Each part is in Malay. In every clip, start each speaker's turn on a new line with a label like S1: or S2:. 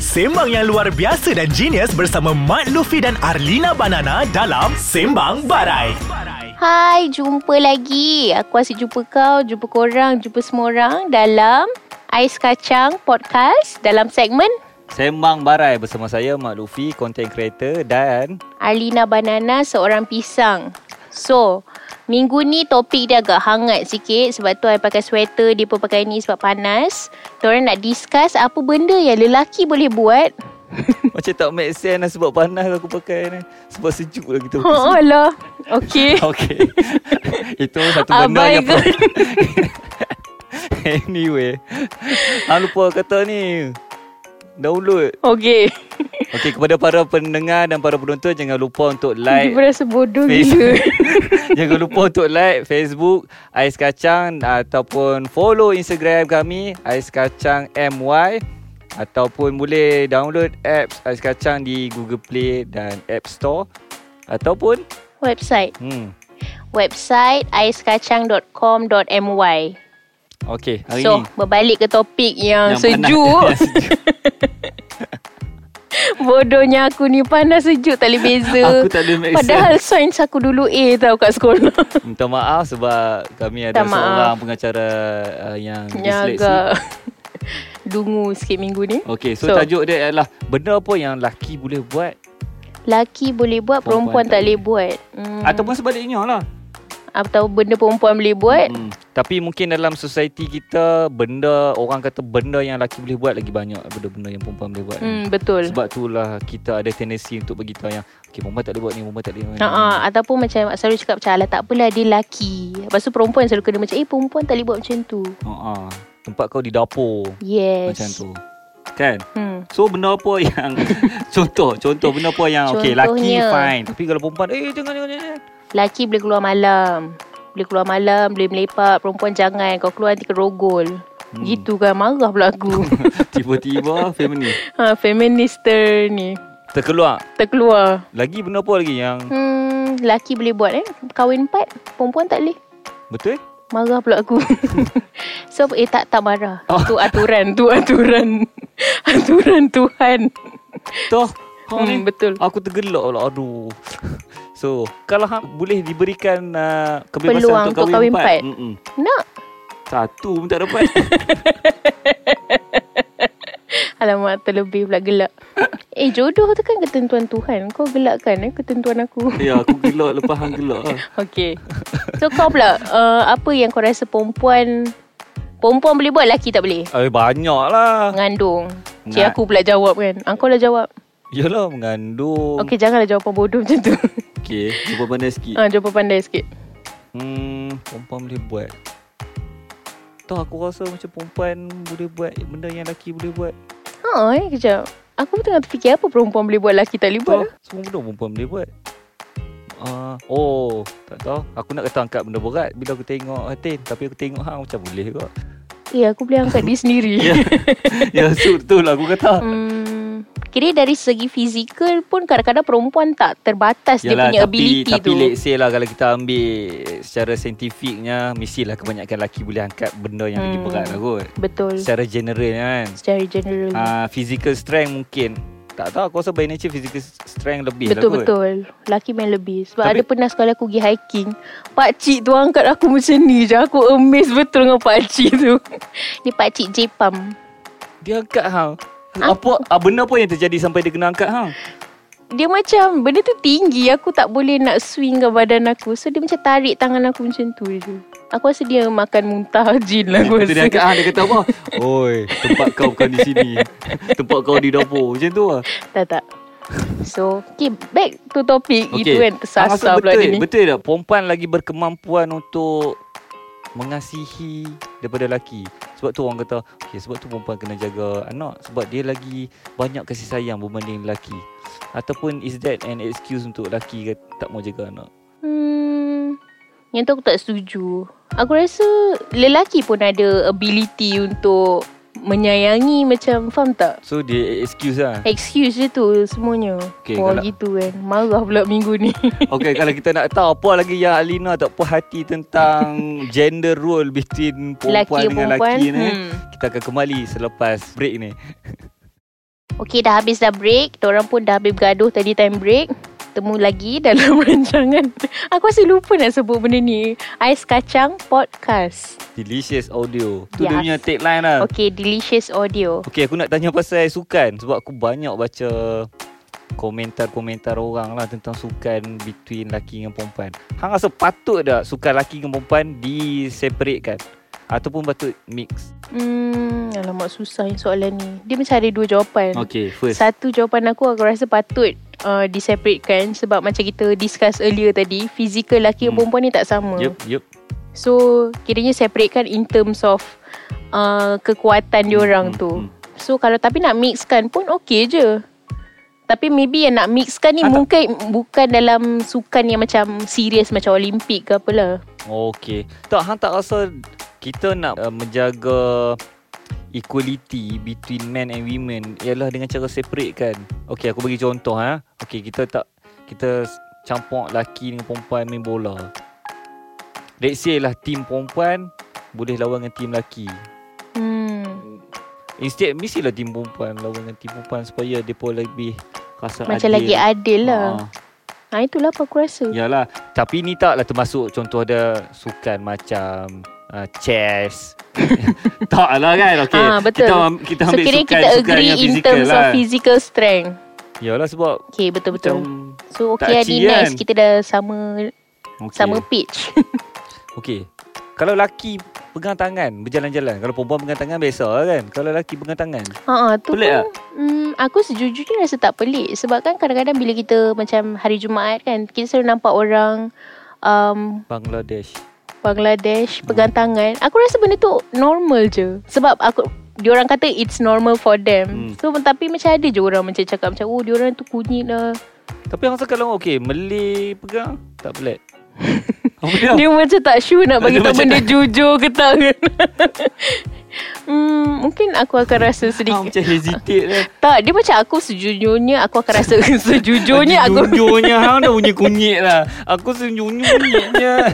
S1: Sembang yang luar biasa dan genius bersama Mat Luffy dan Arlina Banana dalam Sembang Barai.
S2: Hai, jumpa lagi. Aku asyik jumpa kau, jumpa korang, jumpa semua orang dalam Ais Kacang Podcast dalam segmen
S3: Sembang Barai bersama saya Mak Luffy, content creator dan
S2: Arlina Banana Seorang Pisang. So, minggu ni topik dia agak hangat sikit sebab tu I pakai sweater, dia pun pakai ni sebab panas. Diorang nak discuss apa benda yang lelaki boleh buat.
S3: macam tak make sense lah sebab panas aku pakai ni. Sebab sejuk lah kita.
S2: Oh, alah. Okay.
S3: Okey. Itu satu benda
S2: Abai
S3: yang
S2: ke?
S3: anyway. Ah lupa kata ni. Download.
S2: Okay.
S3: Okey kepada para pendengar dan para penonton jangan lupa untuk like
S2: Dia rasa bodoh gila.
S3: Facebook. Jangan lupa untuk like Facebook Ais Kacang ataupun follow Instagram kami Ais Kacang MY ataupun boleh download apps Ais Kacang di Google Play dan App Store ataupun
S2: Website.
S3: hmm
S2: Website aiskacang.com.my
S3: okey hari
S2: So,
S3: ni
S2: berbalik ke topik yang, yang sejuk.
S3: panas, yang sejuk.
S2: Bodohnya aku ni panas sejuk tak boleh beza.
S3: Aku tak boleh make
S2: Padahal sains aku dulu A tau kat sekolah.
S3: Minta maaf sebab kami ada
S2: Minta maaf.
S3: seorang pengacara uh, yang
S2: Yang
S3: disleksi.
S2: agak dungu sikit minggu ni.
S3: Okey, so,
S2: So.
S3: so tajuk dia adalah benda apa yang lelaki boleh buat
S2: Laki boleh buat, perempuan,
S3: Perempuan
S2: tak
S3: tak
S2: boleh buat. Hmm.
S3: hmm. ataupun sebaliknya lah.
S2: Atau benda perempuan boleh buat.
S3: Hmm. Tapi mungkin dalam society kita benda orang kata benda yang lelaki boleh buat lagi banyak daripada benda yang perempuan boleh buat.
S2: Hmm, betul.
S3: Sebab itulah kita ada tendensi untuk beritahu yang okey perempuan tak boleh buat ni, perempuan tak boleh buat ni.
S2: Ha-ha. Ataupun macam Mak Sarul cakap macam Alah tak apalah dia laki Lepas tu perempuan selalu kena macam Eh perempuan tak boleh buat macam tu
S3: Ha-ha. Tempat kau di dapur
S2: Yes
S3: macam tu. Kan?
S2: hmm.
S3: So benda apa yang contoh contoh benda apa yang okey lelaki
S2: Contohnya.
S3: fine tapi kalau perempuan eh jangan jangan jangan.
S2: Lelaki boleh keluar malam Boleh keluar malam Boleh melepak Perempuan jangan Kau keluar nanti kerogol hmm. Gitu kan Marah pula aku
S3: Tiba-tiba family
S2: ha, Feminister ni
S3: terkeluar.
S2: Terkeluar
S3: Lagi benda apa lagi yang
S2: Hmm Lelaki boleh buat eh Kahwin empat Perempuan tak boleh
S3: betul? eh?
S2: Marah pula aku So eh tak tak marah
S3: Oh.
S2: Tu aturan Tu aturan Aturan Tuhan
S3: Toh kau ni
S2: Hmm, betul.
S3: Aku tergelak lah Aduh So Kalau hang boleh diberikan uh, Kebebasan
S2: Peluang
S3: untuk kahwin, empat, Mm-mm.
S2: Nak
S3: Satu pun tak dapat
S2: Alamak terlebih pula gelak Eh jodoh tu kan ketentuan Tuhan Kau gelak kan eh ketentuan aku
S3: Ya aku gelak Lepas hang gelak lah
S2: Okay So kau pula uh, Apa yang kau rasa perempuan Perempuan boleh buat Lelaki tak boleh
S3: Eh banyak lah
S2: Mengandung Cik
S3: Ngan-
S2: aku pula jawab kan ah, Kau lah jawab
S3: Yalah mengandung
S2: Okay janganlah jawapan bodoh macam tu
S3: okay. Cuba pandai sikit
S2: ah, Jawapan pandai sikit
S3: Hmm Perempuan boleh buat Tahu aku rasa macam perempuan Boleh buat Benda yang lelaki boleh buat
S2: Haa eh kejap Aku pun tengah terfikir Apa perempuan boleh buat Lelaki tak boleh buat
S3: Tahu Semua benda perempuan boleh buat Uh, oh Tak tahu Aku nak kata angkat benda berat Bila aku tengok Hatin Tapi aku tengok hang Macam boleh kot
S2: Eh aku boleh angkat diri sendiri
S3: Ya Ya so betul lah aku kata
S2: Hmm, kira dari segi fizikal pun kadang-kadang perempuan tak terbatas dia punya
S3: tapi,
S2: ability
S3: tapi
S2: tu.
S3: let's say lah Kalau kita ambil Secara saintifiknya Mestilah kebanyakan lelaki Boleh angkat benda yang hmm. lagi
S2: Hmm.
S3: berat lah kot
S2: Betul.
S3: Secara general kan
S2: Secara general.
S3: uh, Physical strength mungkin Tak tahu aku rasa by nature Physical strength lebih
S2: Betul
S3: lah kot
S2: betul. Lelaki main lebih. Sebab
S3: Tapi-
S2: ada pernah sekali aku pergi hiking, pak cik tu angkat aku macam ni je. Aku amazed betul dengan pak cik tu. ni pak cik Jepam.
S3: Dia angkat hang apa ah, benda apa yang terjadi sampai dia kena angkat hang?
S2: Dia macam benda tu tinggi, aku tak boleh nak swing ke badan aku. So dia macam tarik tangan aku macam tu je. Aku rasa dia makan muntah jin lah aku
S3: Lepas tu dia angkat
S2: rasa.
S3: hang dia kata apa? Oi, tempat kau bukan di sini. Tempat kau di dapur. Macam tu lah.
S2: Tak tak. So, okay, back to topic. Okay. Itu
S3: Okey.
S2: kan
S3: Hang rasa
S2: tersasar pula
S3: betul,
S2: dia ni.
S3: Betul tak? Perempuan lagi berkemampuan untuk mengasihi daripada lelaki. Sebab tu orang kata, okay, sebab tu perempuan kena jaga anak. Sebab dia lagi banyak kasih sayang berbanding lelaki. Ataupun is that an excuse untuk lelaki ke- tak mau jaga anak?
S2: Hmm, yang tu aku tak setuju. Aku rasa lelaki pun ada ability untuk menyayangi macam faham tak?
S3: So dia excuse lah.
S2: Excuse je tu semuanya.
S3: Okay,
S2: Wah
S3: kalau-
S2: gitu kan. Marah pula minggu ni.
S3: Okay, kalau kita nak tahu apa lagi yang Alina tak puas hati tentang gender role between perempuan
S2: Lelaki
S3: dengan eh?
S2: perempuan,
S3: lelaki ni.
S2: hmm.
S3: Kita akan kembali selepas break ni.
S2: Okey dah habis dah break Diorang pun dah habis bergaduh tadi time break Temu lagi dalam rancangan Aku rasa lupa nak sebut benda ni Ais Kacang Podcast
S3: Delicious audio.
S2: Yes.
S3: Tu yes. dia punya tagline lah.
S2: Okey
S3: Okay.
S2: Delicious Audio
S3: okay, aku nak tanya pasal sukan sebab aku banyak baca komentar-komentar orang lah tentang sukan between laki dengan perempuan. Hang rasa patut tak sukan laki dengan perempuan diseparatekan? Ataupun patut mix?
S2: Hmm Alamak susah ni soalan ni Dia macam ada dua jawapan
S3: Okay,
S2: Satu jawapan aku aku rasa patut uh, diseparatekan sebab macam kita discuss earlier tadi fizikal lelaki dan
S3: Hmm.
S2: perempuan ni tak sama.
S3: Yup, yup.
S2: So kiranya separatekan in terms of uh, kekuatan diorang
S3: Hmm,
S2: tu.
S3: hmm.
S2: So kalau tapi nak mixkan pun okey je. Tapi maybe yang nak mixkan ni
S3: Ah, tak-
S2: mungkin bukan dalam sukan yang macam serius macam olimpik ke apalah.
S3: Okey. Tak hang tak rasa kita nak uh, menjaga equality between men and women ialah dengan cara separate kan. Okey, aku bagi contoh ha. Okey, kita tak kita s- campur lelaki dengan perempuan main bola. Let's say lah team perempuan boleh lawan dengan team lelaki.
S2: Hmm.
S3: Instead mestilah team perempuan lawan dengan team perempuan supaya depa lebih rasa
S2: Macam
S3: adil. Ya,
S2: lagi adil lah.
S3: Ha.
S2: Ha. itulah apa aku rasa.
S3: Yalah Tapi ni taklah termasuk Contoh ada Sukan macam uh, Chess Tak lah kan okay.
S2: Ah, betul.
S3: Kita, am- kita
S2: so
S3: ambil
S2: kiranya
S3: sukan,
S2: kita
S3: sukan
S2: agree
S3: yang
S2: in
S3: fizikal
S2: terms
S3: lah.
S2: of physical strength.
S3: Yalah sebab um,
S2: Okay betul-betul.
S3: Macam
S2: So
S3: Tak
S2: okay lah ni
S3: kecil
S2: nice
S3: kan?
S2: Kita dah sama
S3: okay.
S2: Sama pitch
S3: Okay Kalau laki Pegang tangan Berjalan-jalan Kalau perempuan pegang tangan Biasa lah kan Kalau laki pegang tangan
S2: ha, tu
S3: Pelik
S2: pun, mm, Aku sejujurnya rasa tak pelik Sebab kan kadang-kadang Bila kita macam Hari Jumaat kan Kita selalu nampak orang um,
S3: Bangladesh
S2: Bangladesh
S3: Hmm.
S2: Pegang tangan Aku rasa benda tu Normal je Sebab aku Diorang kata It's normal for them
S3: Hmm.
S2: So tapi macam ada je orang Macam cakap macam Oh diorang tu kunyit lah
S3: Tapi orang kalau Okay Malay pegang Tak pelik Apa dia?
S2: Dia macam tak sure nak
S3: Ya. Dia
S2: bagi tahu
S3: macam
S2: benda
S3: tak-
S2: jujur ke tak kan hmm, Mungkin aku akan rasa
S3: Ah,
S2: sedikit
S3: macam hesitate lah
S2: Tak, dia macam aku sejujurnya Aku akan rasa sejujurnya aku
S3: Jujurnya Hang dah punya kunyit lah Aku sejujurnya kunyitnya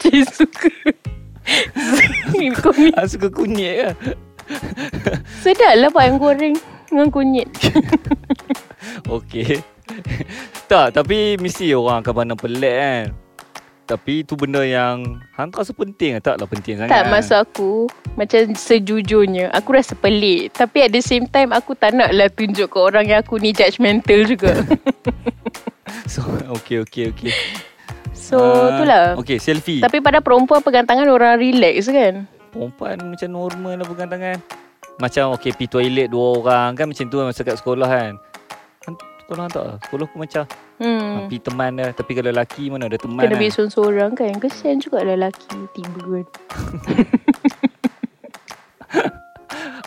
S2: Dia suka Kunyit
S3: Aku Ah, suka kunyit ke
S2: Sedap lah bayang goreng Dengan kunyit
S3: Okey Tak tapi Mesti orang akan pandang pelik kan Tapi tu benda yang Hang tak rasa penting ke? Taklah penting sangat
S2: Tak maksud aku Macam sejujurnya Aku rasa pelik Tapi at the same time Aku tak nak lah tunjuk ke orang Yang aku ni judgemental juga
S3: so, Okey okey okey
S2: So
S3: Ah,
S2: itulah
S3: Okey selfie tapi...
S2: Tapi pada perempuan Pegang tangan orang relax kan
S3: Perempuan macam normal lah pegang tangan Macam okey pergi toilet dua orang Kan macam tu kan masa kat sekolah kan Hang- Sekolah hang tak Sekolah aku macam
S2: Hmm
S3: hmm. Pergi teman dah Tapi kalau lelaki mana ada teman
S2: Kena
S3: kan?
S2: beli seorang-seorang kan Kesian juga lah lelaki Tiba kan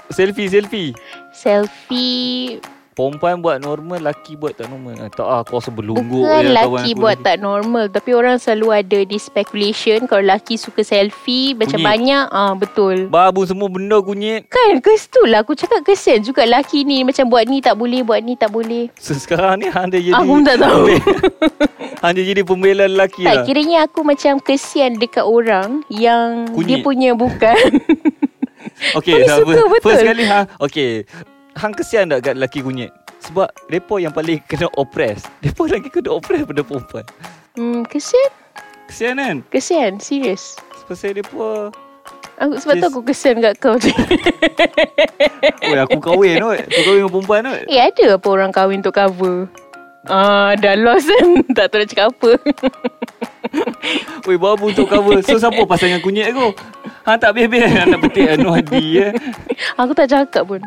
S3: Selfie selfie
S2: Selfie
S3: Perempuan buat normal Lelaki buat tak normal ah, Tak ah, aku rasa berlungguk
S2: Bukan kan
S3: je
S2: lelaki
S3: aku
S2: buat
S3: ni.
S2: tak normal Tapi orang selalu ada Di speculation Kalau lelaki suka selfie Macam
S3: Kunyit.
S2: banyak ah Betul
S3: Babu semua benda kunyit
S2: Kan kes tu lah Aku cakap kesian juga Lelaki ni Macam buat ni tak boleh Buat ni tak boleh
S3: So sekarang ni Hang dia jadi
S2: Aku pun tak tahu.
S3: Hang dia jadi pembela lelaki
S2: Tak
S3: lah
S2: kiranya aku macam kesian Dekat orang Yang Dia
S3: Kunyit.
S2: punya bukan
S3: Okay
S2: Tapi suka betul.
S3: ha, First kali Hang Okay Hang kesian tak kat lelaki kunyit Sebab Mereka yang paling kena oppress Mereka lagi kena oppress pada perempuan
S2: hmm, Kesian
S3: Kesian kan
S2: Kesian Serius
S3: Sebab mereka
S2: Aku, sebab tu
S3: Yes.
S2: aku kesian kat kau
S3: Oi aku kahwin kot Aku kahwin dengan perempuan kot
S2: Eh ada apa orang kahwin untuk cover Ah, dah lost kan Tak tahu nak cakap apa
S3: Oi babu untuk cover So siapa pasal dengan kunyit aku Hang tak habis-habis Hang nak petik Anu Hadi ya.
S2: Aku tak cakap pun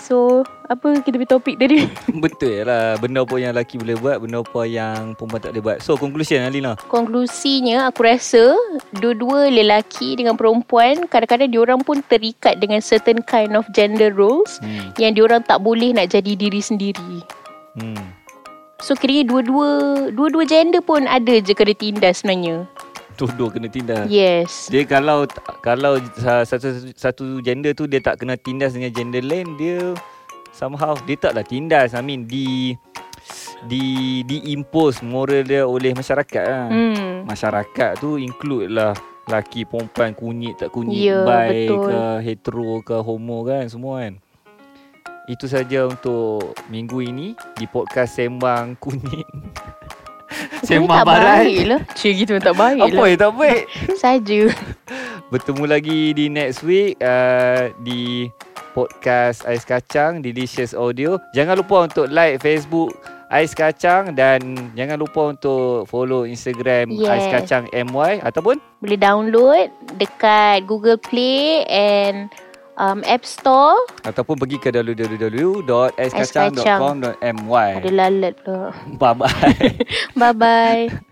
S2: So Apa kita punya topik tadi
S3: Betul lah Benda apa yang lelaki boleh buat Benda apa yang perempuan tak boleh buat So conclusion Alina
S2: Konklusinya aku rasa Dua-dua lelaki dengan perempuan Kadang-kadang diorang pun terikat dengan certain kind of gender roles
S3: Hmm.
S2: Yang diorang tak boleh nak jadi diri sendiri
S3: hmm.
S2: So kiranya dua-dua Dua-dua gender pun ada je kena tindas sebenarnya
S3: Tuduh kena tindas
S2: Yes
S3: Dia kalau Kalau satu, satu gender tu Dia tak kena tindas dengan gender lain Dia Somehow Dia taklah tindas I mean Di Di Diimpose moral dia oleh masyarakat lah.
S2: Hmm
S3: Masyarakat tu include lah Laki, perempuan, kunyit, tak kunyit
S2: Ya,
S3: Bi
S2: betul.
S3: ke, hetero ke, homo kan Semua kan Itu saja untuk minggu ini di podcast Sembang Kuning. Sembang
S2: tak baik
S3: Barat.
S2: lah. Cik gitu tak baik
S3: Apa
S2: lah.
S3: yang tak baik?
S2: Saja.
S3: Bertemu lagi di next week uh, di podcast Ais Kacang Delicious Audio. Jangan lupa untuk like Facebook Ais Kacang dan jangan lupa untuk follow Instagram
S2: Yes.
S3: Ais Kacang MY ataupun
S2: Boleh download dekat Google Play and um, App Store.
S3: ataupun pergi ke www.aiskacang.com.my.
S2: Ada lalat pula.
S3: Bye bye.
S2: Bye-bye.